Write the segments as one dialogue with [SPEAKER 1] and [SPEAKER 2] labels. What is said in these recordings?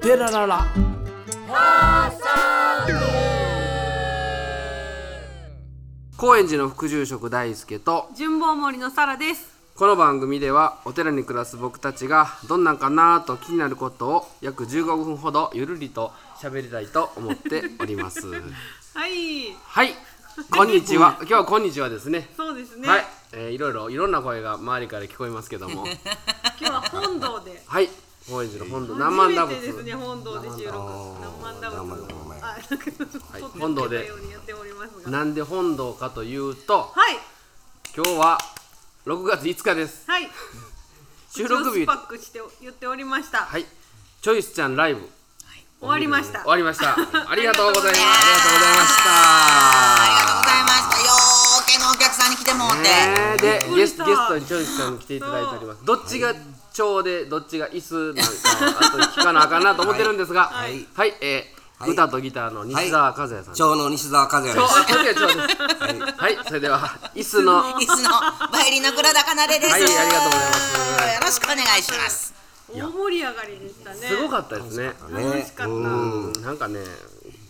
[SPEAKER 1] テラララ
[SPEAKER 2] 高円寺の副住職大輔と
[SPEAKER 3] 順坊森のサラです
[SPEAKER 2] この番組ではお寺に暮らす僕たちがどんなんかなと気になることを約15分ほどゆるりと喋りたいと思っております
[SPEAKER 3] はい
[SPEAKER 2] はいこんにちは今日はこんにちはですね
[SPEAKER 3] そうですね、
[SPEAKER 2] はい、えーいろいろいろんな声が周りから聞こえますけども
[SPEAKER 3] 今日は本堂で
[SPEAKER 2] はい高円寺の本堂何万ダ
[SPEAKER 3] 初
[SPEAKER 2] ブ
[SPEAKER 3] めてです
[SPEAKER 2] ス、
[SPEAKER 3] ね本堂で収録何万ダブ
[SPEAKER 4] 何万
[SPEAKER 3] ス
[SPEAKER 4] ダブス
[SPEAKER 3] あなんか
[SPEAKER 2] い
[SPEAKER 3] 撮って
[SPEAKER 2] 本堂で
[SPEAKER 3] つけたようにやっておりますが
[SPEAKER 2] なんで本堂かというと
[SPEAKER 3] はい
[SPEAKER 2] 今日は6月5日です
[SPEAKER 3] はい
[SPEAKER 2] 収録日
[SPEAKER 3] 口を酸っぱくして言っておりました、
[SPEAKER 2] はいチョイスちゃんライブ
[SPEAKER 3] 終わりました
[SPEAKER 2] 終わりま した。ありがとうございます。ありがとうございま
[SPEAKER 5] ありがとうございましたよーけのお客さんに来てもう
[SPEAKER 2] した。
[SPEAKER 5] て、
[SPEAKER 2] ねえ、で、
[SPEAKER 3] びっく
[SPEAKER 2] ゲ
[SPEAKER 3] り
[SPEAKER 2] ス
[SPEAKER 3] し
[SPEAKER 2] ト、
[SPEAKER 3] た
[SPEAKER 2] ゲストにチョイスさんに来ていただいております。どっちが蝶で、どっちが椅子なんか、あと聞かなあかんなと思ってるんですが。はいい、はい、えー
[SPEAKER 4] はい
[SPEAKER 2] 歌とギターの西澤和也さん。蝶、
[SPEAKER 4] 長の西澤和也で
[SPEAKER 2] あ
[SPEAKER 4] す。
[SPEAKER 2] 和也蝶です。はい、それでは、椅子の。
[SPEAKER 5] 椅子のバイオリンの黒田かなでです、
[SPEAKER 2] はいありがとうございます
[SPEAKER 5] よろしくお願いします
[SPEAKER 3] 大盛り上がりでしたね
[SPEAKER 2] すごかったですね。
[SPEAKER 3] 楽しかった、
[SPEAKER 2] うん、なんかね、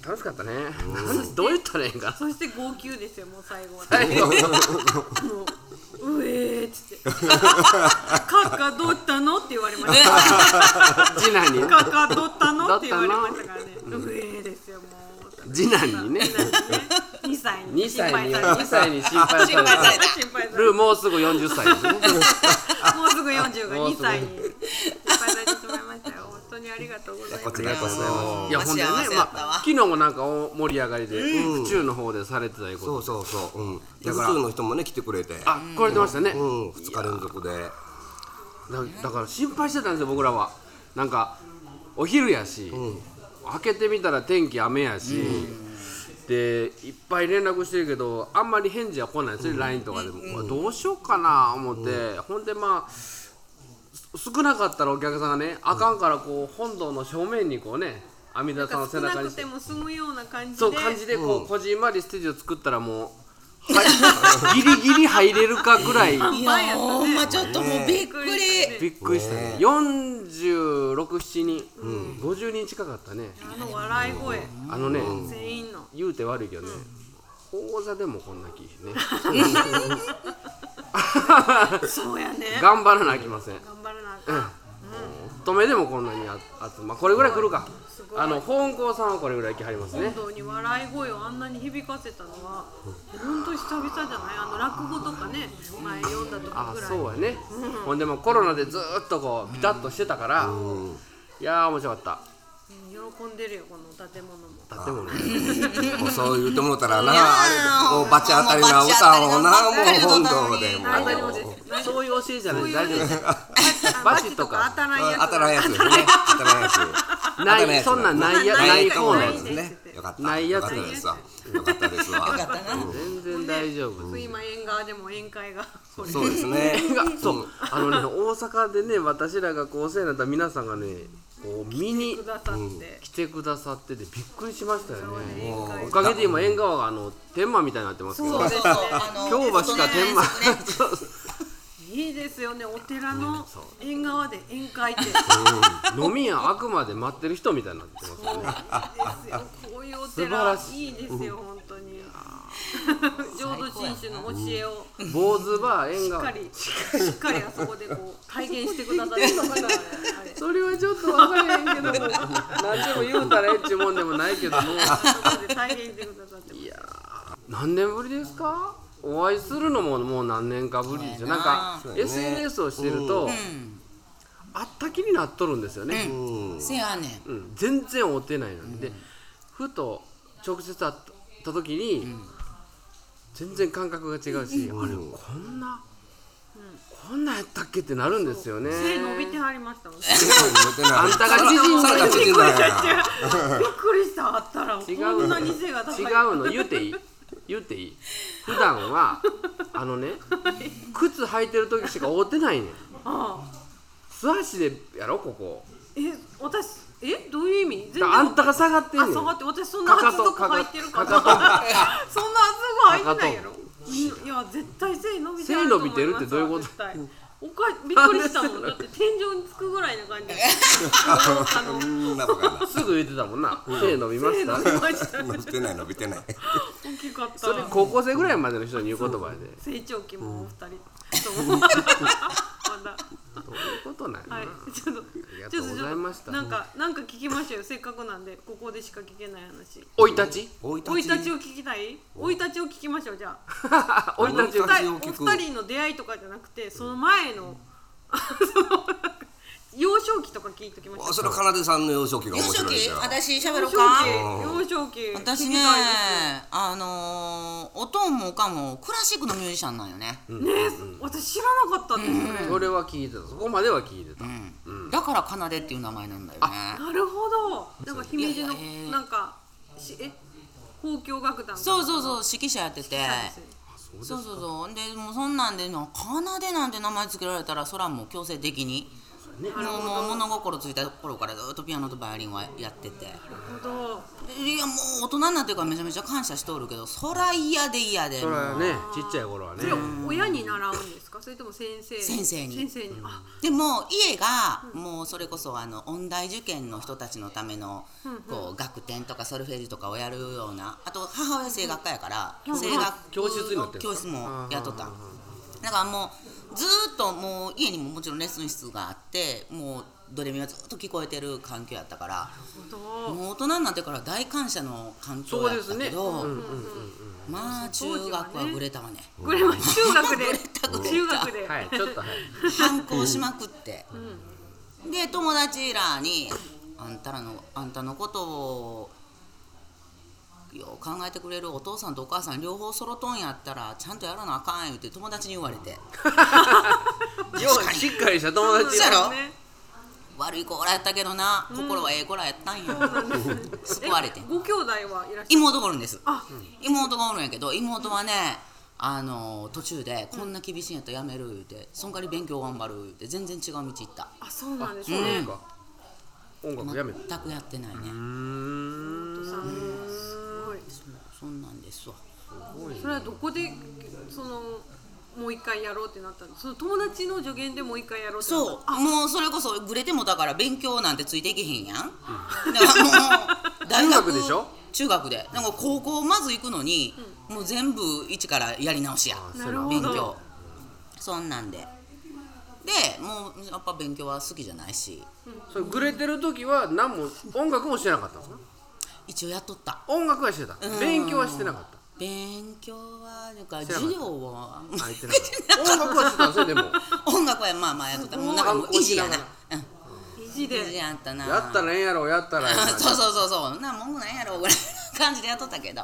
[SPEAKER 2] 楽しかったね。なんどう言ったらいいんか。
[SPEAKER 3] そして号泣ですよもう最後は
[SPEAKER 2] 最後
[SPEAKER 3] もううえーっつって「カカどったの?」って言われました
[SPEAKER 2] 次男に。
[SPEAKER 3] かかどったのって言われましたからね。上ですよもう。
[SPEAKER 2] 次男にね。
[SPEAKER 3] 二歳に
[SPEAKER 2] 2歳に、2
[SPEAKER 3] 心配され
[SPEAKER 2] 歳に心配された。
[SPEAKER 3] た心配され
[SPEAKER 2] るもうすぐ40歳ですね。
[SPEAKER 3] たもうすぐ四十が
[SPEAKER 2] もう
[SPEAKER 3] 二
[SPEAKER 2] すぐ
[SPEAKER 3] 歳に心配されてしまいましたよ。本当にありがとうござい
[SPEAKER 4] こ
[SPEAKER 3] ま
[SPEAKER 4] ち
[SPEAKER 3] す。
[SPEAKER 4] らこそ。
[SPEAKER 2] いやほんでね
[SPEAKER 5] 幸せ、や
[SPEAKER 2] ま
[SPEAKER 5] ったわ
[SPEAKER 2] あ、昨日もなんか大盛り上がりで、府中の方でされてたいう
[SPEAKER 4] そ
[SPEAKER 2] こ
[SPEAKER 4] う
[SPEAKER 2] と。
[SPEAKER 4] そうそう。うん。で普通の人もね来てくれて。
[SPEAKER 2] あ、来れてましたね。
[SPEAKER 4] うん。二日連続で。
[SPEAKER 2] だだから心配してたんですよ僕らは。なんかお昼やし、開けてみたら天気雨やし。でいっぱい連絡してるけどあんまり返事は来ないんですよ、LINE とかでも、これどうしようかな思って、ほんでまあす少なかったらお客さんがねあかんからこう本堂の正面にこうね阿弥陀さんを背
[SPEAKER 3] 少な
[SPEAKER 2] 中に
[SPEAKER 3] く
[SPEAKER 2] して
[SPEAKER 3] ても済むような感じ
[SPEAKER 2] そう
[SPEAKER 3] で。
[SPEAKER 2] 感じでこう、こじんまりステージを作ったらもう、 はい、ギリギリ入れるかぐらい
[SPEAKER 5] い
[SPEAKER 3] 前や
[SPEAKER 5] や
[SPEAKER 3] った
[SPEAKER 5] ほんまちょっともうびっくり
[SPEAKER 2] びっくりしたね467人、50人近かったね
[SPEAKER 3] あの笑い声
[SPEAKER 2] あのね、
[SPEAKER 3] 全員の。
[SPEAKER 2] 言うて悪いけどね、講座でもこんな気ね
[SPEAKER 3] そうやね。
[SPEAKER 2] 頑張らなあきません
[SPEAKER 3] 頑張らなあかん。
[SPEAKER 2] 止めでもこんなにあ集まこれぐらい来るかあの本校さんはこれぐらい来はりますね
[SPEAKER 3] 本堂に笑い声をあんなに響かせたのは本当久々じゃないあの落語とかね前読んだ
[SPEAKER 2] あ
[SPEAKER 3] 時ぐらい
[SPEAKER 2] そうやね、ほんでもうコロナでずーっとこうピタッとしてたから、いやー面白かっ
[SPEAKER 3] 喜んでるよこの建物も
[SPEAKER 2] た建物
[SPEAKER 4] もうそう言ってもろたらな、
[SPEAKER 5] いやー
[SPEAKER 4] あれもうバチ当たりな歌をな、もう本堂でも
[SPEAKER 3] 大丈夫
[SPEAKER 4] う
[SPEAKER 3] です
[SPEAKER 2] そういう教えじゃない、大丈夫です。
[SPEAKER 3] あ
[SPEAKER 2] バチとか
[SPEAKER 3] 当たらんやつ
[SPEAKER 4] 当たらんやつですね。当たらんやつ。
[SPEAKER 2] な
[SPEAKER 4] 当たら
[SPEAKER 2] い、
[SPEAKER 4] やつ
[SPEAKER 2] そんなんないや、
[SPEAKER 3] ない
[SPEAKER 2] ない
[SPEAKER 4] か
[SPEAKER 2] コー
[SPEAKER 4] もな
[SPEAKER 2] ナー
[SPEAKER 4] いで
[SPEAKER 2] ですす。
[SPEAKER 4] ね。よかった。
[SPEAKER 2] ないやつ
[SPEAKER 4] よかったですわ。よかったですわ。
[SPEAKER 2] 全然大丈夫。
[SPEAKER 3] 今縁側でも宴会がこれ
[SPEAKER 4] そうですね。
[SPEAKER 2] そう、あのね、大阪でね、私らがこうお世話になった皆さんがね、こう見に
[SPEAKER 3] くださって
[SPEAKER 2] 来てくださってて、びっくりしましたよね。
[SPEAKER 3] 宴会
[SPEAKER 2] おかげで今縁側があの天満みたいになってますけど
[SPEAKER 5] そうそうあの
[SPEAKER 2] 京橋か天満
[SPEAKER 5] そうね
[SPEAKER 2] そうそ
[SPEAKER 3] いいですよねお寺の縁側で宴会って
[SPEAKER 2] う飲み屋あくまで待ってる人みたいになってますよね
[SPEAKER 3] ですよこういうお
[SPEAKER 2] 素晴ら
[SPEAKER 3] 寺
[SPEAKER 2] し
[SPEAKER 3] いいですよ本当に浄土真宗の教えを
[SPEAKER 2] 坊主バー縁
[SPEAKER 3] しっか
[SPEAKER 2] 側
[SPEAKER 3] りしっかりあそこでこう体現してくださってるからあれ
[SPEAKER 2] それはちょっと分からへんけども 何でも言うたらええっちゅうもんでもないけ ども
[SPEAKER 3] あそこで体現してくださってます
[SPEAKER 2] いやー何年ぶりですかお会いするのももう何年かぶりでしょなんか
[SPEAKER 4] そうやね
[SPEAKER 2] SNS をしてると、あったきになっとるんですよね、
[SPEAKER 5] せやねん
[SPEAKER 2] うん全然会うてないのに、でふと直接会った時に、全然感覚が違うし、あれこんな、こんなんやったっけってなるんですよね
[SPEAKER 3] 背伸びてはりましたもんね
[SPEAKER 2] あ
[SPEAKER 4] あ
[SPEAKER 2] んたが縮んだ
[SPEAKER 4] が縮んだんや
[SPEAKER 3] びっくりしたあったら
[SPEAKER 2] 違う
[SPEAKER 3] こんなに背が高い
[SPEAKER 2] 違うの言うていい言うていい普段はあのね靴履いてる時しか覆ってないねん
[SPEAKER 3] ああ
[SPEAKER 2] 素足でやろここ
[SPEAKER 3] え私えどういう意味全
[SPEAKER 2] だからあんたが下がってん
[SPEAKER 3] あ
[SPEAKER 2] ねん
[SPEAKER 3] 下がって私そんな厚底履いてるから
[SPEAKER 2] かかとか
[SPEAKER 3] そんな厚底履いてないやろいや絶対背伸びてはると思います
[SPEAKER 2] 背伸びてるってどういうこと
[SPEAKER 3] 絶対おかびっくりしたもんだって天井につくぐらいな感 じあのあの
[SPEAKER 4] んなバカやな
[SPEAKER 2] すぐ言ってたもんな背伸びました
[SPEAKER 3] 手伸びました
[SPEAKER 4] 伸びてない伸びてない
[SPEAKER 3] 大きかった
[SPEAKER 2] それ高校生ぐらいまでの人に言う言葉やで
[SPEAKER 3] 成長期もお二人、そうまだ
[SPEAKER 2] そういうことなんやな、
[SPEAKER 3] はい、ちょっと、
[SPEAKER 2] りが
[SPEAKER 3] ち
[SPEAKER 2] と
[SPEAKER 3] ょ
[SPEAKER 2] う
[SPEAKER 3] っ
[SPEAKER 2] ご
[SPEAKER 3] と、
[SPEAKER 2] ざいました
[SPEAKER 3] なんか、なんか聞きましょうよ、せっかくなんで、ここでしか聞けない話。
[SPEAKER 2] 生い立ち
[SPEAKER 4] 生い
[SPEAKER 3] 生い立ち
[SPEAKER 4] を
[SPEAKER 3] を聞きたい。生い立ちを聞きましょう、じゃあ。
[SPEAKER 2] 生い立ち
[SPEAKER 4] 生
[SPEAKER 2] を
[SPEAKER 4] い
[SPEAKER 3] は
[SPEAKER 4] 立
[SPEAKER 3] い、お
[SPEAKER 4] ちを聞く
[SPEAKER 3] 二人の出会いとかじゃなくて、その前の。 そのなんか幼少期とか聞いときましょう。
[SPEAKER 4] それは奏さんの幼少期が
[SPEAKER 5] 幼
[SPEAKER 4] 面
[SPEAKER 5] 少
[SPEAKER 4] 白い
[SPEAKER 5] 期
[SPEAKER 4] じゃん
[SPEAKER 5] 私喋
[SPEAKER 3] 幼少
[SPEAKER 5] ろう
[SPEAKER 3] 期
[SPEAKER 5] か、
[SPEAKER 3] 幼少期。
[SPEAKER 5] 私
[SPEAKER 3] 聞
[SPEAKER 5] ね
[SPEAKER 3] きたい
[SPEAKER 5] あのー、おとんもおかんもクラシックのミュージシャンなんよね、
[SPEAKER 3] ですねえ、私知らなかったんですよね。
[SPEAKER 2] それは聞いてたそこまでは聞いてた、
[SPEAKER 5] だから奏でっていう名前なんだよね
[SPEAKER 3] なるほど。なんか姫路の
[SPEAKER 5] いやいやえ、ー
[SPEAKER 3] なんか、し、え、交響楽団。。
[SPEAKER 5] そうそううそう指揮者やっててそうそうそうでもうそんなんでな「奏で」なんて名前つけられたらそらもう強制的に
[SPEAKER 2] ね
[SPEAKER 5] もうもう物心ついた頃からずっとピアノとバイオリンはやってて
[SPEAKER 3] なるほど。
[SPEAKER 5] いやもう大人になってからめちゃめちゃ感謝しておるけどそら嫌で嫌で
[SPEAKER 2] それはねちっちゃい頃はね
[SPEAKER 3] 親に習うんですかそれとも先生
[SPEAKER 5] 先生に
[SPEAKER 3] 先生にあ
[SPEAKER 5] でも家がもうそれこそあの音大受験の人たちのためのこう楽天とかソルフェージュとかをやるようなあと母親声楽家やから
[SPEAKER 3] ん
[SPEAKER 5] 声楽
[SPEAKER 2] 教室になってる
[SPEAKER 5] 教室もやっとっただからもうずーっともう家にももちろんレッスン室があってもうドレミはずっと聞こえてる環境やったから
[SPEAKER 3] 本
[SPEAKER 5] もう大人になってから大感謝の環境やったけどまあ中学はぐれたわね
[SPEAKER 3] 当これは中学 で中学で、
[SPEAKER 2] はいちょっと はい
[SPEAKER 5] 反抗しまくって、で友達らに「あんたらのあんたのことをよう考えてくれるお父さんとお母さん両方揃とんやったらちゃんとやらなあかん」言って友達に言われて
[SPEAKER 2] 要はしっかりした友達
[SPEAKER 5] そうやろ
[SPEAKER 3] ね
[SPEAKER 5] 「悪い子らやったけどな心はええ子らやったんよ」救われて
[SPEAKER 3] えご兄弟はいらっしゃる
[SPEAKER 5] 妹がおるんです
[SPEAKER 3] あ
[SPEAKER 5] 妹がおるんやけど妹はねあの途中でこんな厳しいんやったらやめる言うてそんかり勉強頑張る言うて全然違う道行った
[SPEAKER 3] あそうなんです
[SPEAKER 2] そう
[SPEAKER 3] ね
[SPEAKER 2] ですか音楽やめた
[SPEAKER 5] 全くやってないね
[SPEAKER 2] うーん
[SPEAKER 3] お父さんすごい
[SPEAKER 5] そんなんですわ
[SPEAKER 3] それはどこでそのもう一回やろうってなったのその友達の助言でもう一回やろうってなった
[SPEAKER 5] そうもうそれこそグレてもだから勉強なんてついていけへんやん、だからも う大
[SPEAKER 2] 中学でしょ
[SPEAKER 5] 中学でなんか高校まず行くのに、もう全部一からやり直しや
[SPEAKER 2] あ
[SPEAKER 3] なるほど
[SPEAKER 5] 勉強そんなんででもうやっぱ勉強は好きじゃないし
[SPEAKER 2] それグレてる時は何も音楽もしてなかったのかな
[SPEAKER 5] 一応やっとった
[SPEAKER 2] 音楽はしてた
[SPEAKER 5] うん
[SPEAKER 2] 勉強はしてなかった
[SPEAKER 5] 勉強はなんか
[SPEAKER 2] 知らなか
[SPEAKER 5] 授
[SPEAKER 2] った
[SPEAKER 5] 業は
[SPEAKER 2] あ言ってなかった音楽はしてたんですよでも
[SPEAKER 5] 音楽はまあまあやっとったもうなんかもう維持やな、う
[SPEAKER 3] 意地
[SPEAKER 5] ん、維持
[SPEAKER 3] で
[SPEAKER 5] やったな
[SPEAKER 2] やったらええやろやったらええやろ
[SPEAKER 5] そうそうそうそうな文句ないやろぐらいの感じでやっとったけど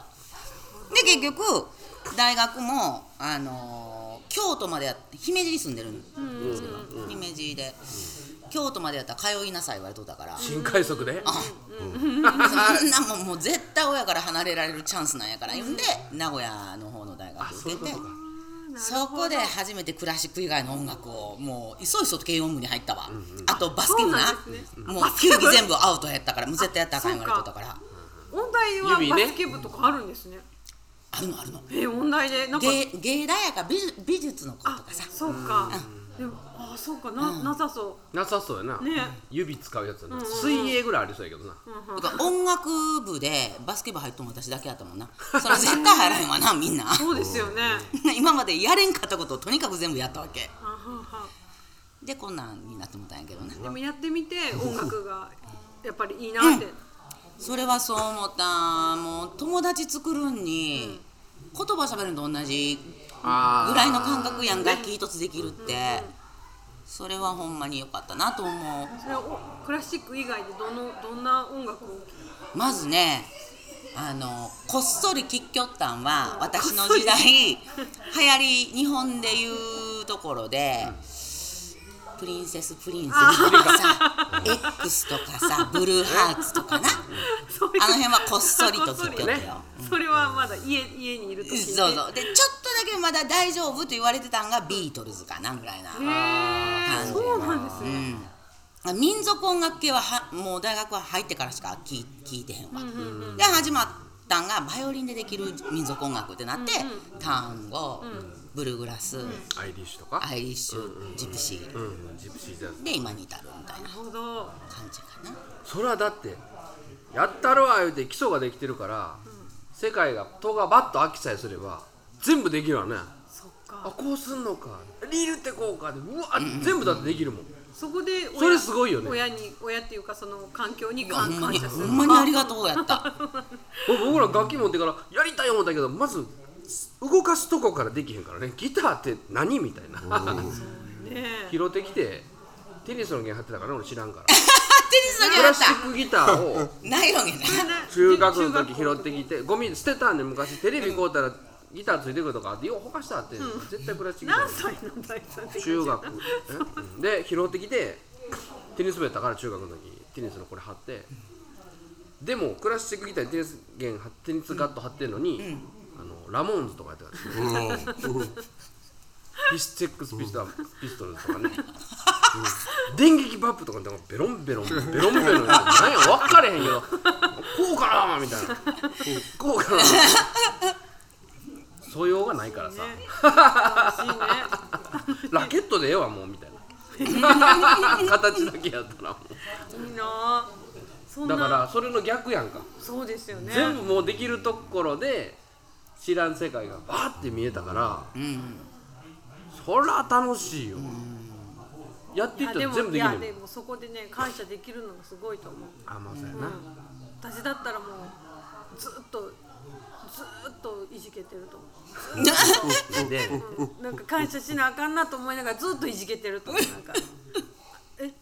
[SPEAKER 5] で結局大学もあのー京都までやっ姫路に住んでるんですけど、姫路で、京都までやったら通いなさい言われとったから、
[SPEAKER 2] 新快速で
[SPEAKER 5] そんなもんもう絶対親から離れられるチャンスなんやから言うんで名古屋の方の大学受けてそこで初めてクラシック以外の音楽をもういそいそと軽音部に入ったわ、あとバスケ部な
[SPEAKER 3] そうなんです
[SPEAKER 5] もう球技全部アウトやったからもう絶対やったらあかん言われとったから
[SPEAKER 3] 音大
[SPEAKER 2] 指
[SPEAKER 3] は
[SPEAKER 2] ね
[SPEAKER 3] バスケ部とかあるんですね
[SPEAKER 5] あるのあるの
[SPEAKER 3] え音大でなんか
[SPEAKER 5] 芸芸大やから美術美術の子と
[SPEAKER 3] あ
[SPEAKER 5] かさ
[SPEAKER 3] そうかでもあそうかななさそ
[SPEAKER 2] なさそうやな
[SPEAKER 3] うね
[SPEAKER 2] 指使うやつやな水泳ぐらいありそうやけどな
[SPEAKER 5] だから音楽部でバスケ部入ったの私だけやったもんなそれは絶対入らへ んわなみんな
[SPEAKER 3] そうですよね
[SPEAKER 5] 今までやれんかったことをとにかく全部やったわけ
[SPEAKER 3] ははは
[SPEAKER 5] でこんなんになってもたんやけどね
[SPEAKER 3] でもやってみて音楽がやっぱりいいなって、
[SPEAKER 5] それはそう思ったもう友達作るんに言葉喋るのと同じ
[SPEAKER 2] あ
[SPEAKER 5] ぐらいの感覚やん
[SPEAKER 2] ね
[SPEAKER 5] 楽器一つできるってそれはほんまに良かったなと思う
[SPEAKER 3] それをクラシック以外でどのどんな音楽を
[SPEAKER 5] まずねあのこっそり聞きょったんは私の時代流行り日本でいうところで、プリンセスプリンセスとかさ X とかさブルーハーツとかな
[SPEAKER 3] そういう
[SPEAKER 5] あの辺はこっそりと聞きょったよ。
[SPEAKER 3] それはまだ家家にいる時に、ね、
[SPEAKER 5] そうそうでちょっとだけまだ大丈夫と言われてたんがビートルズかなぐらいな、
[SPEAKER 3] へーそうなんですね、
[SPEAKER 5] うん、民族音楽系ははもう大学は入ってからしか聞い聞いてへんわ、で始まったんがバイオリンでできる民族音楽ってなって、単語、ブルーグラス、
[SPEAKER 2] アイリッシュとか
[SPEAKER 5] アイリッシュ、ジプシー
[SPEAKER 2] うんジプシージャズ
[SPEAKER 5] で今に至るみたいな
[SPEAKER 3] ほど
[SPEAKER 5] 感じかな。
[SPEAKER 2] それはだってやったるわ言うて基礎ができてるから、世界が戸がバッと飽きさえすれば全部できるわね
[SPEAKER 3] そっ
[SPEAKER 2] あ
[SPEAKER 3] か
[SPEAKER 2] こうすんのかリールってこうかでうわ全部だってできるもん
[SPEAKER 3] そこで親
[SPEAKER 2] それすごいよね
[SPEAKER 3] 親に親っていうかその環境に感
[SPEAKER 5] ほんま
[SPEAKER 3] 感
[SPEAKER 5] に
[SPEAKER 3] 謝す
[SPEAKER 5] ほ
[SPEAKER 3] る
[SPEAKER 5] んまにありがとうやった。
[SPEAKER 2] 僕ら楽器持ってからやりたい思ったけどまず動かすとこからできへんからねギターって何みたいな
[SPEAKER 3] ねえ
[SPEAKER 2] 拾ってきてテニスの弦張ってたからね俺知らんから
[SPEAKER 5] テニスだけ
[SPEAKER 2] プ
[SPEAKER 5] や
[SPEAKER 2] ラ
[SPEAKER 5] っ
[SPEAKER 2] スチックギターを
[SPEAKER 5] た。ナイロンやな。
[SPEAKER 2] 中学の時拾ってきてゴミ捨てたんで昔テレビ買うたらギターついてくるとかあってようほかしたって、絶対プラスチックギター
[SPEAKER 3] 何歳の大さんって
[SPEAKER 2] 中学えで拾ってきてテニス部やったから中学の時テニスのこれ貼ってでもクラシックギターにテニス弦貼テニスガット貼ってるのに、あのラモーンズとかやってたからピスチェックスピストピストルズとかね、うん電撃バップとかなんかベロンベロンベロンベロンなんや分かれへんけどこうかなみたいなこうかな素養がないからさ、
[SPEAKER 3] いいね
[SPEAKER 2] ラケットでええわもうみたいな 形だけやったらも
[SPEAKER 3] いいなそん
[SPEAKER 2] うだか
[SPEAKER 3] な
[SPEAKER 2] らそれの逆やんか、
[SPEAKER 3] そうですよね
[SPEAKER 2] 全部もうできるところで知らん世界がバーって見えたから、そりゃ楽しいよ、やってい
[SPEAKER 3] い
[SPEAKER 2] っ
[SPEAKER 3] や
[SPEAKER 2] た
[SPEAKER 3] で
[SPEAKER 2] ら全部
[SPEAKER 3] もい
[SPEAKER 2] でき
[SPEAKER 3] や
[SPEAKER 2] る
[SPEAKER 3] でもそこでね感謝できるのがすごいと思う
[SPEAKER 2] あまあそうやな、
[SPEAKER 3] 私だったらもうずっとずっといじけてると思
[SPEAKER 2] で
[SPEAKER 3] う、うん、なんか感謝しなあかんなと思いながらずっといじけてると思う なんかえ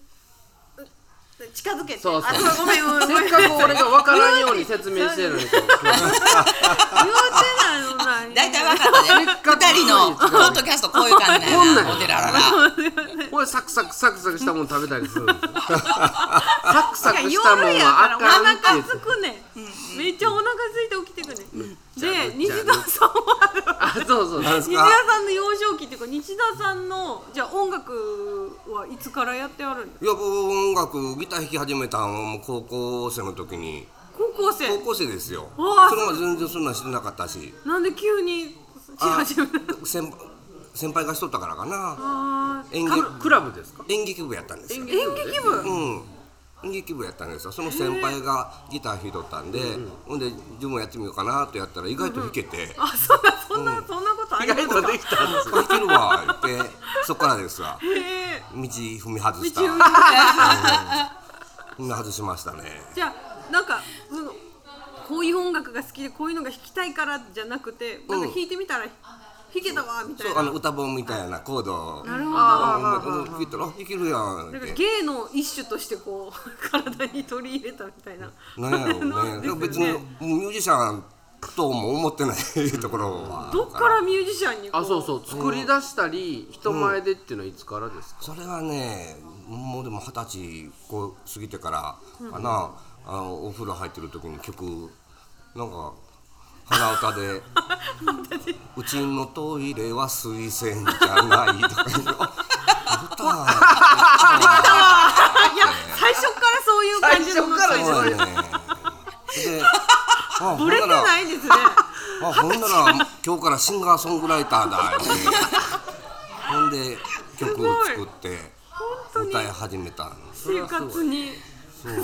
[SPEAKER 3] え近づけて
[SPEAKER 2] そうそう
[SPEAKER 3] あごめんごめんごめん
[SPEAKER 2] せっかく俺が分からんように説明してるのにせっ
[SPEAKER 3] 言うてないのな
[SPEAKER 5] 大体分かったね。
[SPEAKER 2] かく
[SPEAKER 5] 二人のポッドキャストこういう感じだ
[SPEAKER 2] こん
[SPEAKER 5] よ
[SPEAKER 2] なん
[SPEAKER 5] な。お寺らら。
[SPEAKER 2] これサクサクサクサクしたもん食べたりする んですよサクサクしたもん
[SPEAKER 3] 夜や
[SPEAKER 2] は
[SPEAKER 3] から
[SPEAKER 2] あ
[SPEAKER 3] お
[SPEAKER 2] かんって言
[SPEAKER 3] 腹
[SPEAKER 2] って
[SPEAKER 3] すくねんめっちゃお腹空いて起きてくねんで西
[SPEAKER 2] ゃ
[SPEAKER 3] 田さんは
[SPEAKER 2] あそうそう
[SPEAKER 4] なんす
[SPEAKER 3] 西田
[SPEAKER 4] か
[SPEAKER 3] さんの幼少期っていうか西田さんのじゃあ音楽はいつからやってあるんですか
[SPEAKER 4] いや僕音楽ギター弾き始めたのはもう高校生の時に
[SPEAKER 3] 高校生
[SPEAKER 4] 高校生ですよ
[SPEAKER 3] わあ
[SPEAKER 4] それまで全然そんなんしてなかったし
[SPEAKER 3] なんで急にし
[SPEAKER 4] あ
[SPEAKER 3] 始めた
[SPEAKER 4] 先先輩がしとったからかな
[SPEAKER 3] あー
[SPEAKER 4] 演
[SPEAKER 2] ク
[SPEAKER 4] 劇
[SPEAKER 2] ラクラブですか
[SPEAKER 4] 演劇部やったんですよ
[SPEAKER 2] 演
[SPEAKER 3] 演劇部
[SPEAKER 4] うん演劇部やったんですよその先輩がギター弾いとったんでほんで自分もやってみようかなとやったら意外と弾けて
[SPEAKER 3] あそんなそんなそんなことあ
[SPEAKER 2] 意
[SPEAKER 3] りま
[SPEAKER 2] 外
[SPEAKER 3] す
[SPEAKER 2] と
[SPEAKER 3] か
[SPEAKER 2] できたんですよ
[SPEAKER 4] 「できるわ」言ってそっからですわ道
[SPEAKER 3] へ
[SPEAKER 4] 踏み外
[SPEAKER 3] ー
[SPEAKER 4] した
[SPEAKER 3] 道を抜けて
[SPEAKER 4] 踏み外しましたね
[SPEAKER 3] じゃあなんかそのこういう音楽が好きでこういうのが弾きたいからじゃなくてなんか弾いてみたら弾けたわみたい
[SPEAKER 4] そう
[SPEAKER 3] な。
[SPEAKER 4] あの歌本みたいなコードを
[SPEAKER 3] なるほど。
[SPEAKER 4] あ弾いたら「あ弾けるや
[SPEAKER 3] なん
[SPEAKER 4] ん」っ
[SPEAKER 3] か
[SPEAKER 4] て
[SPEAKER 3] 芸の一種としてこう体に取り入れたみたいな。
[SPEAKER 4] なんやろう
[SPEAKER 3] で
[SPEAKER 4] ね。
[SPEAKER 3] す
[SPEAKER 4] 別
[SPEAKER 3] よ
[SPEAKER 4] にミュージシャンとも思ってないところは。
[SPEAKER 3] どっからミュージシャンにこ
[SPEAKER 2] あそうそう作り出したり人前でっていうのはいつからですか、
[SPEAKER 4] それはね、もうでも二十歳こう過ぎてからかな、あのお風呂入ってる時に曲なんか鼻歌で「うちのトイレは水洗じゃない」とか言うのあ
[SPEAKER 3] いや最初からそういう感じの
[SPEAKER 4] 歌はね。で、あ
[SPEAKER 3] ブレてないですね。
[SPEAKER 4] あほんなら今日からシンガーソングライターだ ってほんで曲を作って
[SPEAKER 3] 当に
[SPEAKER 4] 歌い始めたんです
[SPEAKER 3] 生活に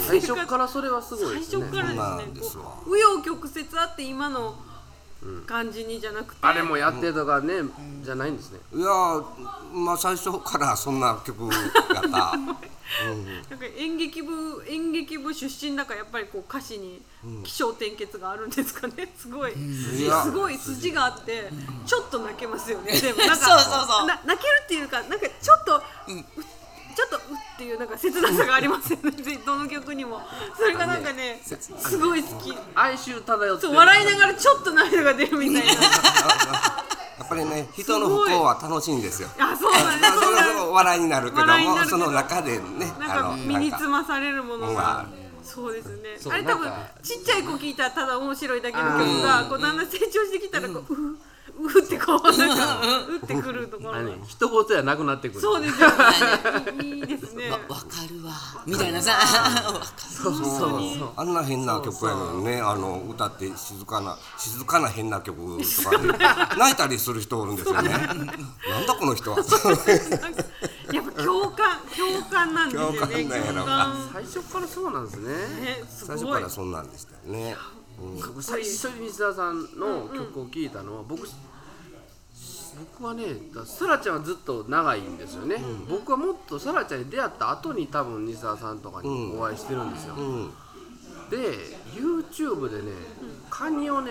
[SPEAKER 2] 最初からそれはすごい
[SPEAKER 3] 最
[SPEAKER 2] です
[SPEAKER 3] 初
[SPEAKER 2] ね
[SPEAKER 3] から
[SPEAKER 4] そうな
[SPEAKER 3] で
[SPEAKER 4] んですす
[SPEAKER 3] ね
[SPEAKER 4] わ。
[SPEAKER 3] こう紆余曲折あって今の感じにじゃなくて。
[SPEAKER 2] あれもやってとかね、じゃないんですね
[SPEAKER 4] いやーまあ最初からそんな曲や った
[SPEAKER 3] なんか演劇部演劇部出身だからやっぱりこう歌詞に起承転結があるんですかね、 すごい、
[SPEAKER 4] いや
[SPEAKER 3] すごい筋があってちょっと泣けますよねでも なんか
[SPEAKER 5] そうそうそう
[SPEAKER 3] な泣けるっていうかなんかちょっと、うちょっとうっていうなんか切なさがありますよね ぜどの曲にもそれがなんかねすごい好き
[SPEAKER 2] 哀愁漂って
[SPEAKER 3] そう
[SPEAKER 2] る
[SPEAKER 3] 笑いながらちょっと涙が出るみたい
[SPEAKER 4] やっぱりね人の不幸は楽しいんですよ
[SPEAKER 3] なあそうだね
[SPEAKER 4] まあそ
[SPEAKER 3] そう
[SPEAKER 4] れは
[SPEAKER 3] だ
[SPEAKER 4] そ
[SPEAKER 3] ね
[SPEAKER 4] う笑いになるけど
[SPEAKER 3] 笑いにな
[SPEAKER 4] も
[SPEAKER 3] るけど
[SPEAKER 4] その中でね
[SPEAKER 3] なんか身につまされるものが
[SPEAKER 4] う。
[SPEAKER 3] そうですね
[SPEAKER 2] そう
[SPEAKER 3] あれ多分
[SPEAKER 2] なんか
[SPEAKER 3] ちっちゃい子聞いたらただ面白いだけの曲がこうだんだん成長してきたらこう、ううってこうなんかうってくるところ
[SPEAKER 2] あ
[SPEAKER 3] が
[SPEAKER 2] れね人ごとやなくなってくる
[SPEAKER 3] そうですよねいいですね
[SPEAKER 5] わわかるわみたいなさわか
[SPEAKER 2] そうそうそう
[SPEAKER 4] あんな変な曲やのにねあの歌って静かな静かな変な曲とかで 泣いたりする人おるんですよねなんだこの 人は
[SPEAKER 3] なんかやっぱ共感共感なんですよね
[SPEAKER 4] 共感なんやろ
[SPEAKER 3] 共感
[SPEAKER 2] 最初からそうなんですね
[SPEAKER 3] ねす
[SPEAKER 4] 最初
[SPEAKER 3] ご
[SPEAKER 4] か
[SPEAKER 3] い
[SPEAKER 4] らそんなんでしたよね
[SPEAKER 2] 僕最初に西田さんの曲を聴いたのは僕僕はねだサラちゃんはずっと長いんですよね、僕はもっとサラちゃんに出会った後に多分西田さんとかにお会いしてるんですよ、
[SPEAKER 4] うん
[SPEAKER 2] で YouTube でねカニをね、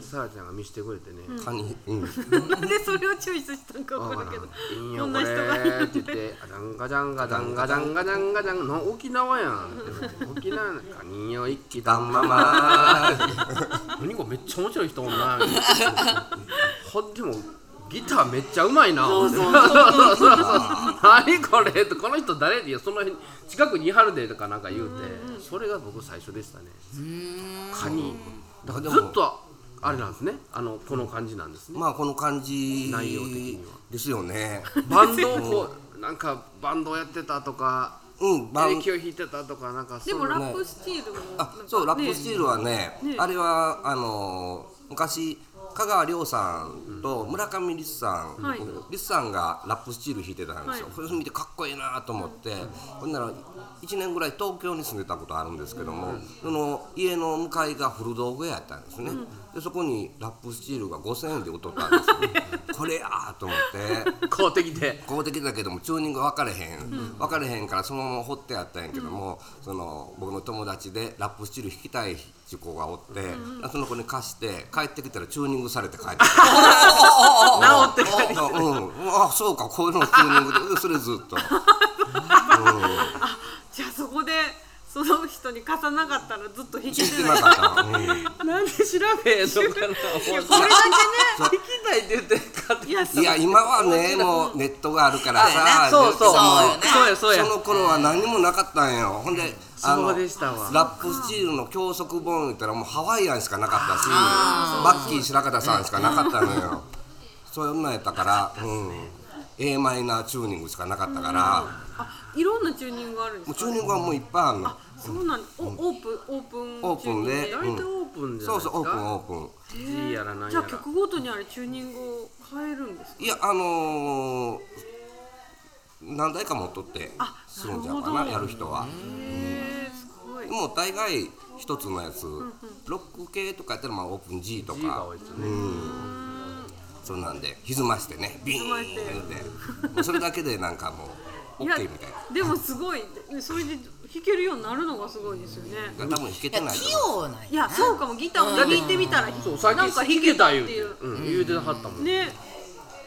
[SPEAKER 2] サラちゃんが見せてくれてね、
[SPEAKER 4] カニうん
[SPEAKER 3] なんでそれをチョイスしたんか分
[SPEAKER 2] わ
[SPEAKER 3] か
[SPEAKER 2] から
[SPEAKER 3] ん
[SPEAKER 2] ら
[SPEAKER 3] け
[SPEAKER 2] ん
[SPEAKER 3] ど
[SPEAKER 2] いいん
[SPEAKER 3] こ
[SPEAKER 2] よ
[SPEAKER 3] ん
[SPEAKER 2] こ
[SPEAKER 3] な
[SPEAKER 2] れっ
[SPEAKER 3] 人がいるっ
[SPEAKER 2] て
[SPEAKER 3] て
[SPEAKER 2] 言って「あジャンガジャンガジャンガジャンガジャンガジャンガ」の沖縄やんって沖縄なんか人形一気だんまま何これめっちゃ面白い人おんなみたいなほんでもギターめっちゃうまいなそうそうそうそう 何これってこの人誰ってその辺近くにいはるでとかなんか言うてそれが僕最初でしたねカニだからずっとあれなんですねあのこの感じなんですね
[SPEAKER 4] まあこの感じ
[SPEAKER 2] 内容的には
[SPEAKER 4] ですよね
[SPEAKER 2] バンドをこうなんかバンドをやってたとか
[SPEAKER 4] うんバン
[SPEAKER 2] 影響弾いてたとかなんか
[SPEAKER 3] でも
[SPEAKER 2] そういう
[SPEAKER 3] ラップスチールもなん
[SPEAKER 4] あ
[SPEAKER 3] か
[SPEAKER 4] そうラッ
[SPEAKER 3] ね
[SPEAKER 4] プスチールはね
[SPEAKER 3] ね
[SPEAKER 4] あれはあのー昔香川亮さんと村上律さん、
[SPEAKER 3] はい
[SPEAKER 4] 律さんがラップスチール弾いてたんですよ、
[SPEAKER 3] はい
[SPEAKER 4] それ見てかっこいいなと思って、ほんなら1年ぐらい東京に住んでたことあるんですけども、その家の向かいが古道具屋やったんですね、でそこにラップスチールが5000円で売っとったんですよ これやーと思って。
[SPEAKER 2] 買うてきて
[SPEAKER 4] 公的だけどもチューニング分かれへん、分かれへんからそのまま掘ってあったんやけども、その僕の友達でラップスチール弾きたい子がおって、その子に貸して帰ってきたらチューニングされて 帰ってきた
[SPEAKER 2] 治って 帰ってきて
[SPEAKER 4] うん、あそうかこういうのチューニングででそれずっ と
[SPEAKER 3] じゃあそこでその人に貸さなかったらずっと弾けて
[SPEAKER 4] 弾いて
[SPEAKER 3] ない
[SPEAKER 4] なかった、うん
[SPEAKER 2] なんで調 べへんのかな
[SPEAKER 3] これだ
[SPEAKER 2] 弾きたいって言って買って
[SPEAKER 3] けねいや
[SPEAKER 4] いや今はねもうネットがあるから
[SPEAKER 5] そうや
[SPEAKER 4] さ
[SPEAKER 5] な
[SPEAKER 2] そうそう
[SPEAKER 5] そうよね
[SPEAKER 2] そうやそうや
[SPEAKER 4] その頃は何もなかったんよほんであの
[SPEAKER 2] そうでしたわ
[SPEAKER 4] ラップスチールの教則本言ったらもうハワイアンしかなかったしバッキー白方さんしかなかったのよそういうのやったから、うん、A マイナーチューニングしかなかったから、
[SPEAKER 3] あいろんなチューニングがあるんで
[SPEAKER 4] もう
[SPEAKER 3] す
[SPEAKER 4] チ
[SPEAKER 3] か
[SPEAKER 4] ューニングはもういっぱいあるの
[SPEAKER 3] そうなんおオープンオープン
[SPEAKER 4] オープンで
[SPEAKER 3] チュー
[SPEAKER 2] 大
[SPEAKER 3] ニング
[SPEAKER 2] 体オープンじゃないうで
[SPEAKER 4] そ
[SPEAKER 2] す
[SPEAKER 4] そ
[SPEAKER 2] か
[SPEAKER 4] うオープンオープン
[SPEAKER 2] いいやらなん
[SPEAKER 3] じ
[SPEAKER 2] や
[SPEAKER 3] ゃあ
[SPEAKER 2] ら
[SPEAKER 3] 曲ごとにあれチューニングを変えるんですか
[SPEAKER 4] いやあのー、何台か持っとってするんじゃうか
[SPEAKER 3] なるほ
[SPEAKER 4] な
[SPEAKER 3] ど
[SPEAKER 4] やる人は。
[SPEAKER 3] へえすごい
[SPEAKER 4] もう大概一つのやつ、ロック系とかやったらまあオープン G と
[SPEAKER 2] G が
[SPEAKER 4] か
[SPEAKER 2] 多いですよね
[SPEAKER 4] そんなんで歪ましてねビーンってもうそれだけでなんかもう
[SPEAKER 3] いや
[SPEAKER 4] OK みたいな
[SPEAKER 3] でもすごいそれで弾けるようになるのがすごいですよね
[SPEAKER 4] 多分弾けてないと
[SPEAKER 5] 器
[SPEAKER 4] 思う
[SPEAKER 5] 用なんや
[SPEAKER 3] いやそうかもギターを弾いてみたら
[SPEAKER 2] そう最
[SPEAKER 3] なん
[SPEAKER 2] 近
[SPEAKER 3] か弾
[SPEAKER 2] 弾
[SPEAKER 3] け
[SPEAKER 2] け
[SPEAKER 3] たったて
[SPEAKER 2] 言う
[SPEAKER 3] い
[SPEAKER 2] て
[SPEAKER 3] う
[SPEAKER 2] うん言うてはったもん
[SPEAKER 3] ね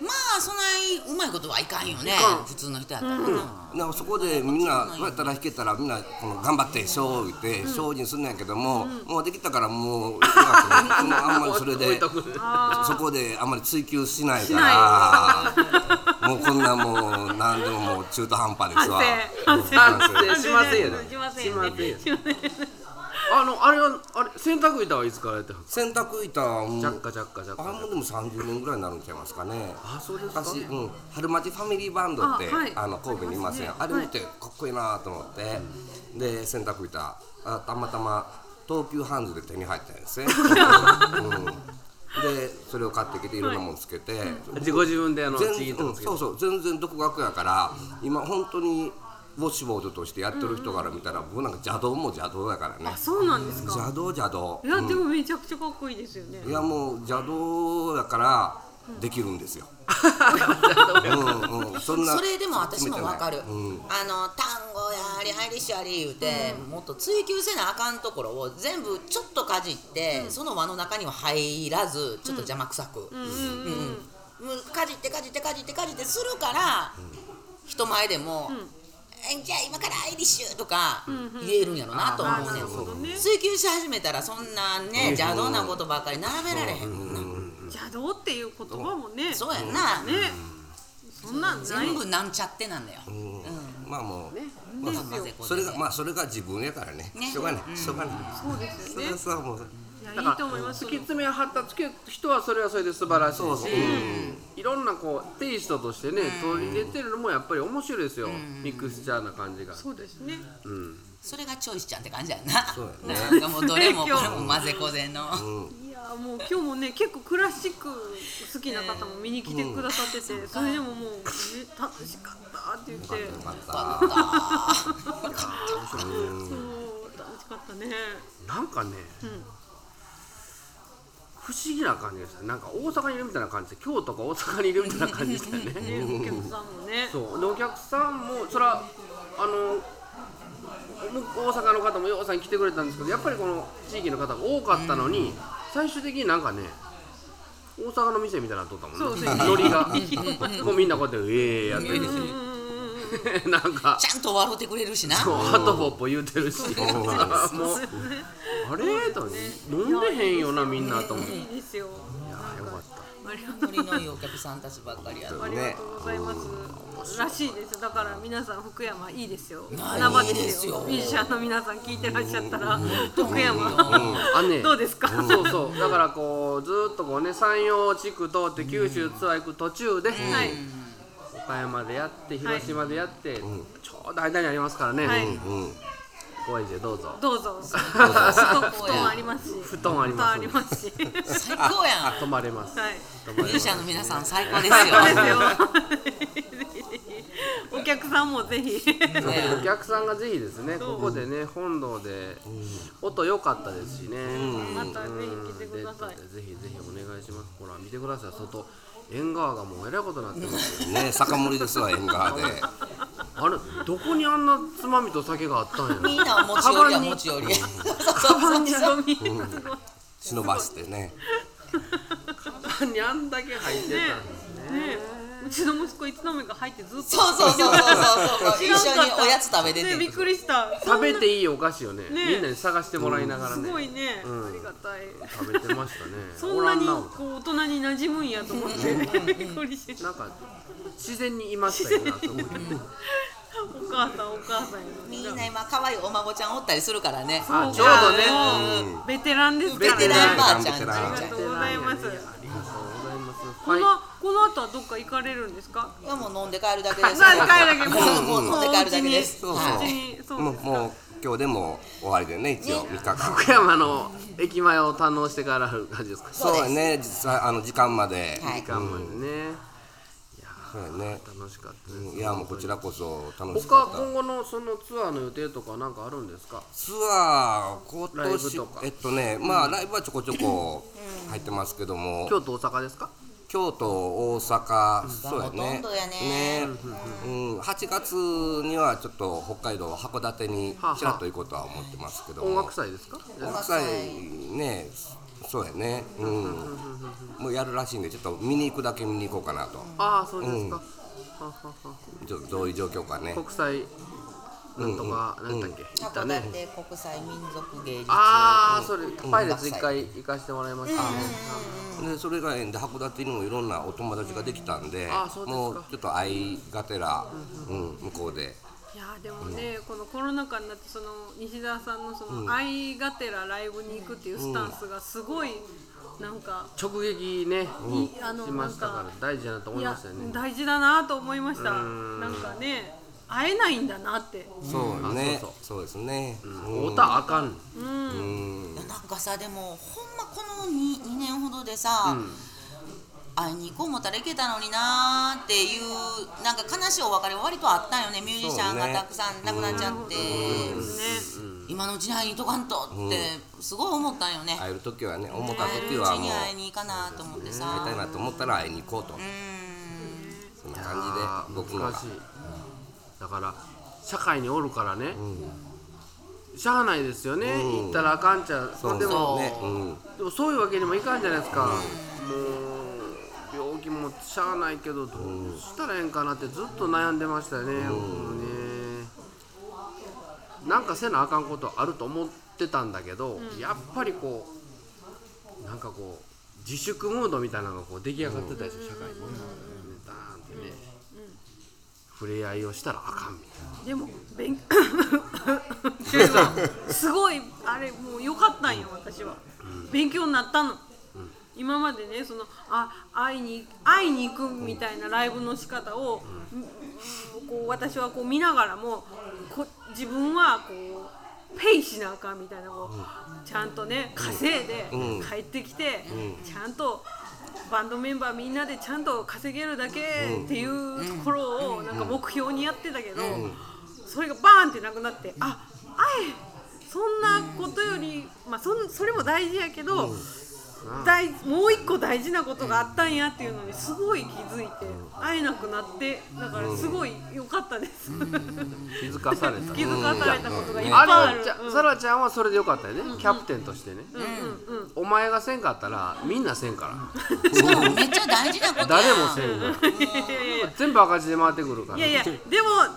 [SPEAKER 5] まあそないうまいことはいかんよね普通の人やったらな、
[SPEAKER 4] なんかそこでみんなどうやったら弾けたらみんなこの頑張ってそう言って精進すんねんやけども、もうできたからもう あんまりそれでそこであんまり追求しないからもうこんなもう何でももう中途半端ですわ。
[SPEAKER 3] 反省
[SPEAKER 2] 反省
[SPEAKER 3] 反省
[SPEAKER 2] しませんよね
[SPEAKER 3] しませんよね
[SPEAKER 2] しあのあれはあれ洗濯板はいつからやってはん
[SPEAKER 4] 洗濯板はもう
[SPEAKER 2] ジャッカジャッカジャッ
[SPEAKER 4] あ
[SPEAKER 2] カ
[SPEAKER 4] れもでも30年ぐらいになるんちゃいますかね。
[SPEAKER 2] あそうですか
[SPEAKER 4] 私、うん、春町ファミリーバンドって
[SPEAKER 3] あ
[SPEAKER 4] あ、
[SPEAKER 3] はい
[SPEAKER 4] の神戸にいますよ、あれ見てかっこいいなと思って、で洗濯板あたまたま東急ハンズで手に入った んですね、うん、でそれを買ってきていろんなもんつけて、
[SPEAKER 2] 自ご自分であのちぎ
[SPEAKER 4] 全
[SPEAKER 2] った
[SPEAKER 4] う
[SPEAKER 2] の
[SPEAKER 4] ん
[SPEAKER 2] つけて
[SPEAKER 4] そうそう全然独学やから今本当にウォッシュボードとしてやってる人から見たら、僕なんか邪道も邪道やからね
[SPEAKER 3] あそうなんですか
[SPEAKER 4] 邪道邪道
[SPEAKER 3] いやでもめちゃくちゃかっこいいですよね
[SPEAKER 4] いやもう邪道だからできるんですよ。うんうん、そんな
[SPEAKER 5] それでも私もわかる、あの単語やありアイリッシュあり言うて、もっと追求せなあかんところを全部ちょっとかじって、その輪の中には入らずちょっと邪魔くさく、うんもうかじってかじってかじってかじってするから、人前でも、えじゃあ今からアイリッシュとか言えるんやろなと思うね,、
[SPEAKER 3] あなるほどね
[SPEAKER 5] 追求し始めたらそんなね邪道なことばっかり並べられへんもんな、
[SPEAKER 3] 邪道っていう言葉もね
[SPEAKER 5] そうやんな、
[SPEAKER 3] ねそんなんない
[SPEAKER 5] 全部なんちゃってなんだよ、
[SPEAKER 4] まあもう、
[SPEAKER 5] まあ混ぜこぜ
[SPEAKER 4] それがまあそれが自分やからね。
[SPEAKER 5] ね
[SPEAKER 4] しょうがない、しょうがない。
[SPEAKER 3] そうですよ
[SPEAKER 4] それ
[SPEAKER 3] ね
[SPEAKER 4] はさもう
[SPEAKER 3] やい
[SPEAKER 2] だ
[SPEAKER 3] い
[SPEAKER 2] か
[SPEAKER 3] と思い
[SPEAKER 2] ら
[SPEAKER 3] ま
[SPEAKER 2] 突
[SPEAKER 3] す
[SPEAKER 2] き詰め張ったつけ人はそれはそれで素晴らしいし、いろんなこうテイストとしてね、取り入れてるのもやっぱり面白いですよ、ミクスチャーな感じが。
[SPEAKER 3] そうですね
[SPEAKER 5] それがチョイスちゃんって感じやんな
[SPEAKER 4] そうやね
[SPEAKER 5] なんかもうどれもこ
[SPEAKER 3] 今日
[SPEAKER 5] れも混ぜこぜの、
[SPEAKER 3] いやーもう今日もね結構クラシック好きな方も見に来てくださってて、それでももう、ね楽しかったって言って
[SPEAKER 4] よかった
[SPEAKER 3] そう楽しかったね
[SPEAKER 2] なんかね、不思議な感じでしたなんか大阪にいるみたいな感じで京都か大阪にいるみたいな感じでしたよ ね
[SPEAKER 3] ねお客さんもね
[SPEAKER 2] そうでお客さんもそらあのお大阪の方もようさん来てくれたんですけどやっぱりこの地域の方が多かったのに、最終的になんかね大阪の店みたいになっとったもんね
[SPEAKER 3] そうそう
[SPEAKER 2] ノリが もうみんなこうやって「ええー」やってるし なんか
[SPEAKER 5] ちゃんと笑ってくれるしな
[SPEAKER 2] そうハトポッポ言うてるしもうあれと飲んでへんよなみんなと思ってい
[SPEAKER 3] いいですよ
[SPEAKER 2] やーよかっ
[SPEAKER 3] ありがと
[SPEAKER 5] ノリのいいお客さんたちばっかりや
[SPEAKER 4] そ
[SPEAKER 3] あ
[SPEAKER 4] う
[SPEAKER 3] りが
[SPEAKER 4] ね
[SPEAKER 3] とうございます。らしいです。だから皆さん福山いいですよ。
[SPEAKER 5] ない
[SPEAKER 3] 生ですよ。
[SPEAKER 5] いいですよ
[SPEAKER 3] ミュージシャンの皆さん聞いてらっしゃったら福
[SPEAKER 5] う
[SPEAKER 3] 山
[SPEAKER 2] たあね
[SPEAKER 3] どうですか
[SPEAKER 2] そうそうだからこうずーっとこうね山陽地区通って九州ツアー行く途中で
[SPEAKER 3] はい
[SPEAKER 2] 岡山でやって広島でやってちょうど間にありますからね
[SPEAKER 3] はい
[SPEAKER 4] うん
[SPEAKER 2] 高円寺どうぞ
[SPEAKER 3] どうぞ。布団ありますし。
[SPEAKER 2] 布団あり
[SPEAKER 3] 布団
[SPEAKER 2] ま
[SPEAKER 3] あ
[SPEAKER 2] す
[SPEAKER 3] りますし。
[SPEAKER 5] 最高やん
[SPEAKER 2] 泊まれます
[SPEAKER 3] はい。
[SPEAKER 2] 泊ま
[SPEAKER 5] ミュー
[SPEAKER 2] れま
[SPEAKER 5] ジシ
[SPEAKER 2] す
[SPEAKER 5] ャンの皆さん最高ですよ
[SPEAKER 3] そうですよ。ぜひぜひお客さんもぜひ。
[SPEAKER 5] ね
[SPEAKER 2] お客さんがぜひですね
[SPEAKER 3] そう
[SPEAKER 2] ここでね本堂で音良かったですしね
[SPEAKER 3] またぜひ来てください
[SPEAKER 2] でぜひぜひお願いしますほら見てください外縁側がもうえらいことになってますよ
[SPEAKER 4] ね酒盛りですわ縁側で
[SPEAKER 2] あれどこにあんなつまみと酒があったん や
[SPEAKER 5] みんなお持ち寄りや持ち寄りや
[SPEAKER 3] カバンに飲み。すごい
[SPEAKER 4] 忍ばしてね
[SPEAKER 2] ろにあんだけ入ってた
[SPEAKER 3] ねえうちの息子いつの間にか入ってずっと
[SPEAKER 5] そうそうそうそうそうそう一
[SPEAKER 3] 知らんか
[SPEAKER 5] 緒
[SPEAKER 3] っ
[SPEAKER 5] に
[SPEAKER 3] た
[SPEAKER 5] おやつ食べて
[SPEAKER 3] ね
[SPEAKER 5] て
[SPEAKER 3] びっくりした
[SPEAKER 2] 食べていいお菓子をね
[SPEAKER 3] ね
[SPEAKER 2] みんなに探してもらいながら
[SPEAKER 3] す
[SPEAKER 2] ね
[SPEAKER 3] ごいね、
[SPEAKER 2] うん
[SPEAKER 3] ありがたい
[SPEAKER 2] 食べてましたね
[SPEAKER 3] そんな
[SPEAKER 2] お
[SPEAKER 3] に
[SPEAKER 2] らんな
[SPEAKER 3] こう大人に馴染むんやと思ってびっくりして
[SPEAKER 2] なんか自然にいましたよなそこに
[SPEAKER 3] お母さんお母さんや
[SPEAKER 5] みんな今可愛いお孫ちゃんおったりするからね
[SPEAKER 2] あ
[SPEAKER 3] そう
[SPEAKER 2] ちょうどね
[SPEAKER 3] かもうベテランですか
[SPEAKER 5] ベ
[SPEAKER 3] らね
[SPEAKER 5] テランば
[SPEAKER 3] あ
[SPEAKER 5] あちゃんじいち
[SPEAKER 3] りが
[SPEAKER 5] ゃん
[SPEAKER 3] とうございます、
[SPEAKER 2] ありがとうございます
[SPEAKER 3] こ
[SPEAKER 2] はい
[SPEAKER 3] のこの後はどっか行かれるんですか
[SPEAKER 5] いやもう飲んで帰るだけです
[SPEAKER 3] 何回だけも
[SPEAKER 5] もう飲んで帰るだけです
[SPEAKER 3] もうお
[SPEAKER 5] は
[SPEAKER 3] 家
[SPEAKER 5] い
[SPEAKER 3] にそう
[SPEAKER 4] も
[SPEAKER 3] で
[SPEAKER 4] う
[SPEAKER 3] すか
[SPEAKER 4] もう今日でも終わりでね一応3日間
[SPEAKER 2] 福山の駅前を堪能してからある感じですか
[SPEAKER 5] そうで
[SPEAKER 4] そう
[SPEAKER 5] す
[SPEAKER 4] やね実際あの時間まで
[SPEAKER 5] はい
[SPEAKER 2] 時間までね
[SPEAKER 4] そうやね
[SPEAKER 2] 楽しかったです
[SPEAKER 4] いやもうこちらこそ楽しか
[SPEAKER 2] 他
[SPEAKER 4] った
[SPEAKER 2] 今後のそのツアーの予定とかなんかあるんですか
[SPEAKER 4] ツアー今
[SPEAKER 2] ライブと
[SPEAKER 4] 年
[SPEAKER 2] か
[SPEAKER 4] えっとねまあライブはちょこちょこ入ってますけども
[SPEAKER 2] 京都大阪ですか
[SPEAKER 4] 京都大阪そうやね
[SPEAKER 5] ほとんどやね
[SPEAKER 4] うん、8月にはちょっと北海道函館にちらっと行こうとは思ってますけども
[SPEAKER 2] 音楽祭ですか
[SPEAKER 4] 音楽祭ねそうやねうんもうやるらしいんでちょっと見に行くだけ見に行こうかなと
[SPEAKER 2] ああそうですか、
[SPEAKER 4] う
[SPEAKER 2] ははは
[SPEAKER 4] ちょっとどういう状況かね
[SPEAKER 2] 国際なんとか、なんだっけ行った
[SPEAKER 5] 函
[SPEAKER 2] ね
[SPEAKER 5] 館国際民族芸術
[SPEAKER 2] ああそれパイレーツ一回行かしてもらいましたね、
[SPEAKER 4] でそれが縁で函館にもいろんなお友達ができたんで
[SPEAKER 2] あそうですか
[SPEAKER 4] もうちょっと愛がてら、うん、向こうで
[SPEAKER 3] いやーでもね、このコロナ禍になってその西澤さんのその愛がてらライブに行くっていうスタンスがすごいなんか、
[SPEAKER 2] 直撃ね、
[SPEAKER 3] いあの
[SPEAKER 2] し
[SPEAKER 3] な
[SPEAKER 2] ま
[SPEAKER 3] ん
[SPEAKER 2] したから
[SPEAKER 3] か
[SPEAKER 2] 大事だなと思
[SPEAKER 3] い
[SPEAKER 2] いま
[SPEAKER 3] や
[SPEAKER 2] したよね
[SPEAKER 3] 大事だなと思いましたなんかね会えないんだなって
[SPEAKER 4] そうね
[SPEAKER 2] あそう
[SPEAKER 4] そうですね、うん
[SPEAKER 2] おたあかん
[SPEAKER 5] いやなんかさでもほんまこの 2, 2年ほどでさ、会いに行こう思ったらいけたのになーっていうなんか悲しいお別れは割とあったんよねミュージシャンがたくさん亡くなっちゃって、
[SPEAKER 3] ね
[SPEAKER 5] 今の時代にいとかんとってすごい思ったんよね、
[SPEAKER 4] 会える時はね思った
[SPEAKER 5] 会える
[SPEAKER 4] 時
[SPEAKER 5] うち
[SPEAKER 4] はもう
[SPEAKER 5] に会い
[SPEAKER 4] 会い
[SPEAKER 5] に行かなと思ってさ、
[SPEAKER 4] たいなと思ったら会いに行こうと、そんな
[SPEAKER 2] あー
[SPEAKER 4] 感じで僕の
[SPEAKER 2] 難
[SPEAKER 4] が
[SPEAKER 2] しいだから社会におるからね、しゃあないですよね、行ったらあかんちゃうまあでも
[SPEAKER 4] ね、うん、
[SPEAKER 2] でもそういうわけにもいかんじゃないですか、もう病気もしゃあないけどどうしたらええんかなってずっと悩んでましたね、もうねなんかせなあかんことあると思ってたんだけど、やっぱりこうなんかこう自粛ムードみたいなのがこう出来上がってたでしょ、社会に、ね、ダーンってね、触れ合いをしたらあかんみたいな
[SPEAKER 3] でも勉すごいあれもう良かったんよ私は、勉強になったの、今までねそのあ会いに会いに行くみたいなライブの仕方を、うんこう私はこう見ながらもこ自分はこうペイしなあかんみたいなこう、ちゃんとね稼いで
[SPEAKER 4] うん
[SPEAKER 3] 帰ってきて、ちゃんとバンドメンバーみんなでちゃんと稼げるだけっていうところをなんか目標にやってたけど、それがバーンってなくなってああえそんなことより、まあ、そんそれも大事やけど、大もう一個大事なことがあったんやっていうのにすごい気づいて会えなくなってだからすごい良かったです、
[SPEAKER 2] 気づかされた、
[SPEAKER 3] 気づかされたことがいっぱい
[SPEAKER 2] あ
[SPEAKER 3] あ
[SPEAKER 2] れ
[SPEAKER 3] る
[SPEAKER 2] はちゃ、
[SPEAKER 3] うん
[SPEAKER 2] さらちゃんはそれでよかったよね、キャプテンとしてね、お前がせんかったらみんなせんから
[SPEAKER 5] しかもめっちゃ大事なことやん
[SPEAKER 2] 誰もせんから全部赤字で回ってくるから
[SPEAKER 3] いやいやでも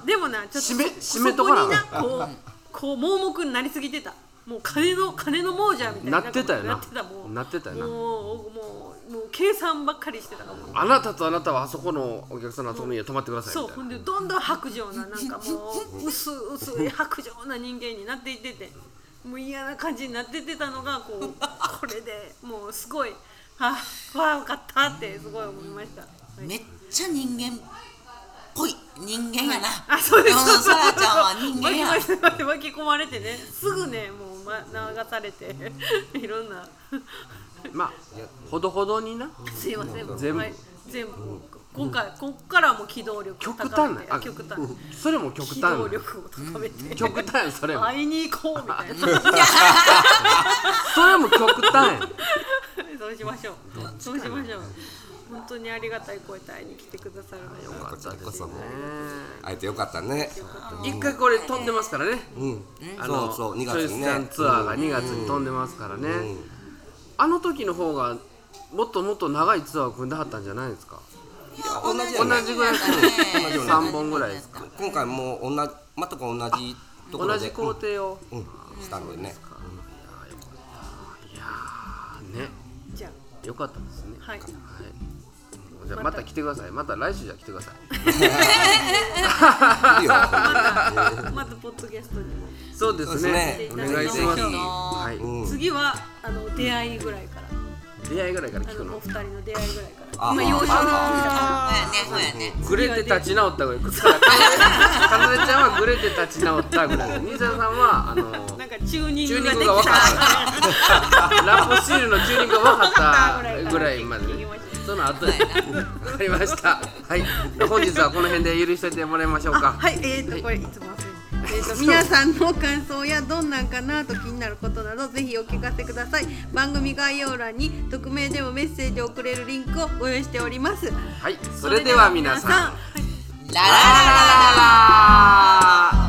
[SPEAKER 3] でもなちょっと
[SPEAKER 2] 締め
[SPEAKER 3] そ
[SPEAKER 2] 締めとかな
[SPEAKER 3] そこになこうこう盲目になりすぎてたもう金の金の亡者みたいな
[SPEAKER 2] なってたよな
[SPEAKER 3] なってたもう
[SPEAKER 2] なってたよな
[SPEAKER 3] もうもうもう計算ばっかりしてたからもう
[SPEAKER 2] あなたとあなたはあそこのお客さんのあそこの家泊まってください
[SPEAKER 3] そう
[SPEAKER 2] みた
[SPEAKER 3] ほ
[SPEAKER 2] い
[SPEAKER 3] ん
[SPEAKER 2] な
[SPEAKER 3] でどんどん白状ななんかもう薄薄い白状な人間になっていっててもう嫌な感じになってってたのがこうこれでもうすごいあわあ分かったってすごい思いました。はい
[SPEAKER 5] めっちゃ人間っぽい人間やな、
[SPEAKER 3] あそうです。
[SPEAKER 5] んさらちゃんは人間や
[SPEAKER 3] 巻き巻き巻き込まれてね、すぐねもうま流されていろんな
[SPEAKER 2] まあほどほどにな
[SPEAKER 3] すいませんもう
[SPEAKER 2] 全部
[SPEAKER 3] はい全部今回こっからはもう機動力
[SPEAKER 2] 極端な
[SPEAKER 3] めて
[SPEAKER 2] あ
[SPEAKER 3] 極端
[SPEAKER 2] それも極
[SPEAKER 3] 機
[SPEAKER 2] 端
[SPEAKER 3] 動
[SPEAKER 2] な
[SPEAKER 3] 力を高めて
[SPEAKER 2] 極端やそれも
[SPEAKER 3] 会いに行こうみたいな。
[SPEAKER 2] それも極端や
[SPEAKER 3] そうしましょう。そうしましょう。本当にありがたい声帯に来てくださるのよ。
[SPEAKER 4] こちらこそ会えてよかったね
[SPEAKER 2] 一回これ飛んでますからね
[SPEAKER 4] うん
[SPEAKER 2] あの
[SPEAKER 4] そうそう
[SPEAKER 2] チョイ
[SPEAKER 4] 2月
[SPEAKER 2] ス
[SPEAKER 4] に
[SPEAKER 2] ちゃん
[SPEAKER 4] ね
[SPEAKER 2] ツアーが2月に飛んでますからね
[SPEAKER 4] ん
[SPEAKER 2] あの時の方がもっともっと長いツアーを組んではったんじゃないですか
[SPEAKER 4] 同じ
[SPEAKER 2] 同じぐらい
[SPEAKER 4] 同じように
[SPEAKER 2] 3本ぐらいですか
[SPEAKER 4] 今回も同じ全く同じとこ
[SPEAKER 2] 同
[SPEAKER 4] ろ
[SPEAKER 2] じ
[SPEAKER 4] で
[SPEAKER 2] 工程を
[SPEAKER 4] うんうんしたので ね
[SPEAKER 2] あね
[SPEAKER 3] じゃ
[SPEAKER 2] よかったですね
[SPEAKER 3] あ、はい。
[SPEAKER 2] じゃあまた来てくださいまた来週じゃ来てください
[SPEAKER 4] いいよ
[SPEAKER 3] まずポッドキャストに。
[SPEAKER 2] そうですね。お
[SPEAKER 3] そうですね
[SPEAKER 2] 願いします。
[SPEAKER 5] ぜひ
[SPEAKER 2] は
[SPEAKER 4] うん
[SPEAKER 3] 次は、あの、出会いぐらいから。
[SPEAKER 2] い。出会いぐらいから
[SPEAKER 3] あ
[SPEAKER 2] 聞く
[SPEAKER 3] の、お
[SPEAKER 2] の。
[SPEAKER 3] 二人の出会いぐらいから。
[SPEAKER 4] あ
[SPEAKER 3] 今、幼少期から。
[SPEAKER 5] そうやねそうやね
[SPEAKER 2] グレて立ち直ったぐらい。かなで ちゃんはグレて立ち直ったぐら い。兄さんさんはあの
[SPEAKER 3] なんか、チューニン
[SPEAKER 2] チュー
[SPEAKER 3] グ
[SPEAKER 2] ニン
[SPEAKER 3] がで
[SPEAKER 2] グ
[SPEAKER 3] き
[SPEAKER 2] が分か
[SPEAKER 3] た。
[SPEAKER 2] った。ラップシールのチューニングが分かったぐらいまでね
[SPEAKER 3] 聞きました。
[SPEAKER 2] その後で。わかりました。はい。本日はこの辺で許しといてもらいましょうか。
[SPEAKER 3] はい、えー、と、これ、いつも忘れて。えー、と皆さんの感想やどんなんかなと気になることなどぜひお聞かせください番組概要欄に匿名でもメッセージを送れるリンクをご用意しております
[SPEAKER 2] はい。それでは皆さん。
[SPEAKER 3] ん
[SPEAKER 5] ララララララ